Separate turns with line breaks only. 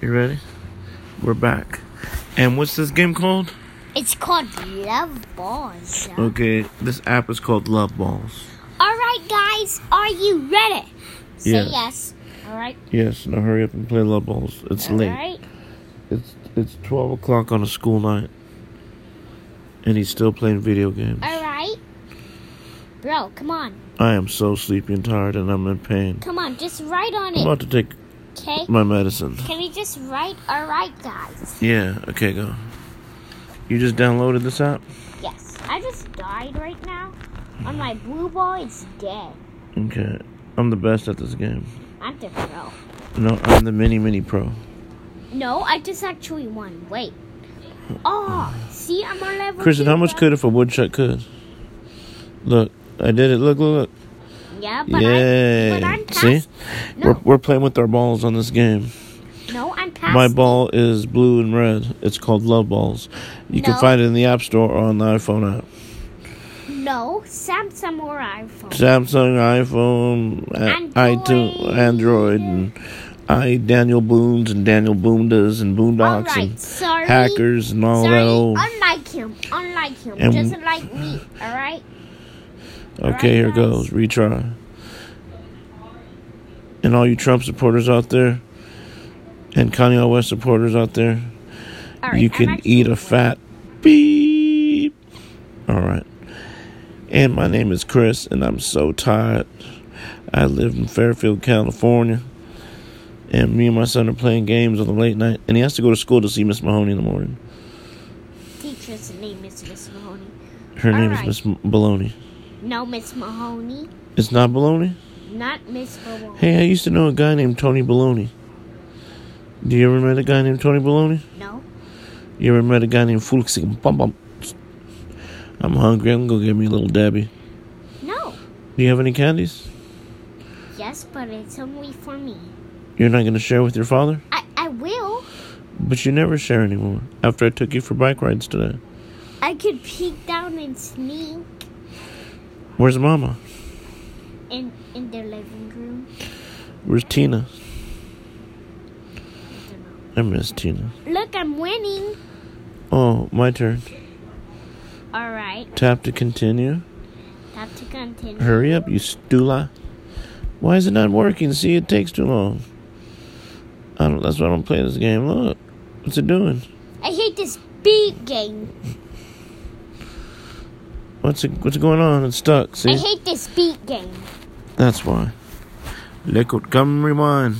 You ready? We're back. And what's this game called?
It's called Love Balls.
Okay, this app is called Love Balls.
All right, guys, are you ready? Say
Yeah.
yes. All right.
Yes, now hurry up and play Love Balls. It's
All
late.
right.
It's it's twelve o'clock on a school night. And he's still playing video games.
All right. Bro, come on.
I am so sleepy and tired and I'm in pain.
Come on. Just write on
I'm
it,
about to take
okay?
my medicine.
Can we just write? All right, guys.
Yeah, okay, go. You just downloaded this app?
Yes. I just died right now. On my blue ball, it's dead.
Okay. I'm the best at this game.
I'm the pro.
No, I'm the mini mini pro.
No, I just actually won. Wait. Oh, see, I'm on level.
Kristen,
two,
how much
bro.
could if a woodchuck could? Look, I did it. Look, look, look.
Yeah, but
Yay.
I. But I'm past.
See? We're,
No,
we're playing with our balls on this game.
no, I'm past.
My ball is blue and red. It's called Love Balls. You can
No.
find it in the App Store or on the iPhone app.
No, Samsung or iPhone.
Samsung, iPhone, a- iTunes,
Android.
Android, and I, Daniel Boons, and Daniel Boondas, and
All
Boondocks,
right,
and
sorry.
hackers, and all
Sorry,
that old.
unlike him, unlike him,
And-
doesn't like me. All right.
Okay, here
Right,
goes.
guys.
Retry. And all you Trump supporters out there, and Kanye West supporters out there,
All right.
you
I'm
can
actually
eat a
winning.
fat beep. All right. And my name is Chris, and I'm so tired. I live in Fairfield, California. And me and my son are playing games on the late night, and he has to go to school to see Miss Mahoney in the morning.
Teacher's name is Miss Mahoney.
Her
All
name
right.
is Miss M- Baloney.
No, Miss Mahoney,
It's not Baloney.
not Miss Mahoney.
Hey, I used to know a guy named Tony Baloney. Do you ever met a guy named Tony Baloney?
No.
You ever met a guy named Fulksy? Bum bum. I'm hungry. I'm gonna get me a little Debbie.
No.
Do you have any candies?
Yes, but it's only for me.
You're not gonna share with your father,
I I will.
but you never share anymore. After I took you for bike rides today,
I could peek down and sneak
where's Mama?
in in their living room.
Where's Tina?
I don't know.
I miss Tina.
Look, I'm winning.
Oh, my turn.
All right.
Tap to continue.
Have to continue.
Hurry up, you stula. Why is it not working? See, it takes too long. I don't. That's why I don't play this game. Look, what's it doing?
I hate this beat game.
What's it, what's going on? It's stuck.
I
See,
hate this beat game.
that's why. Liquid, come rewind.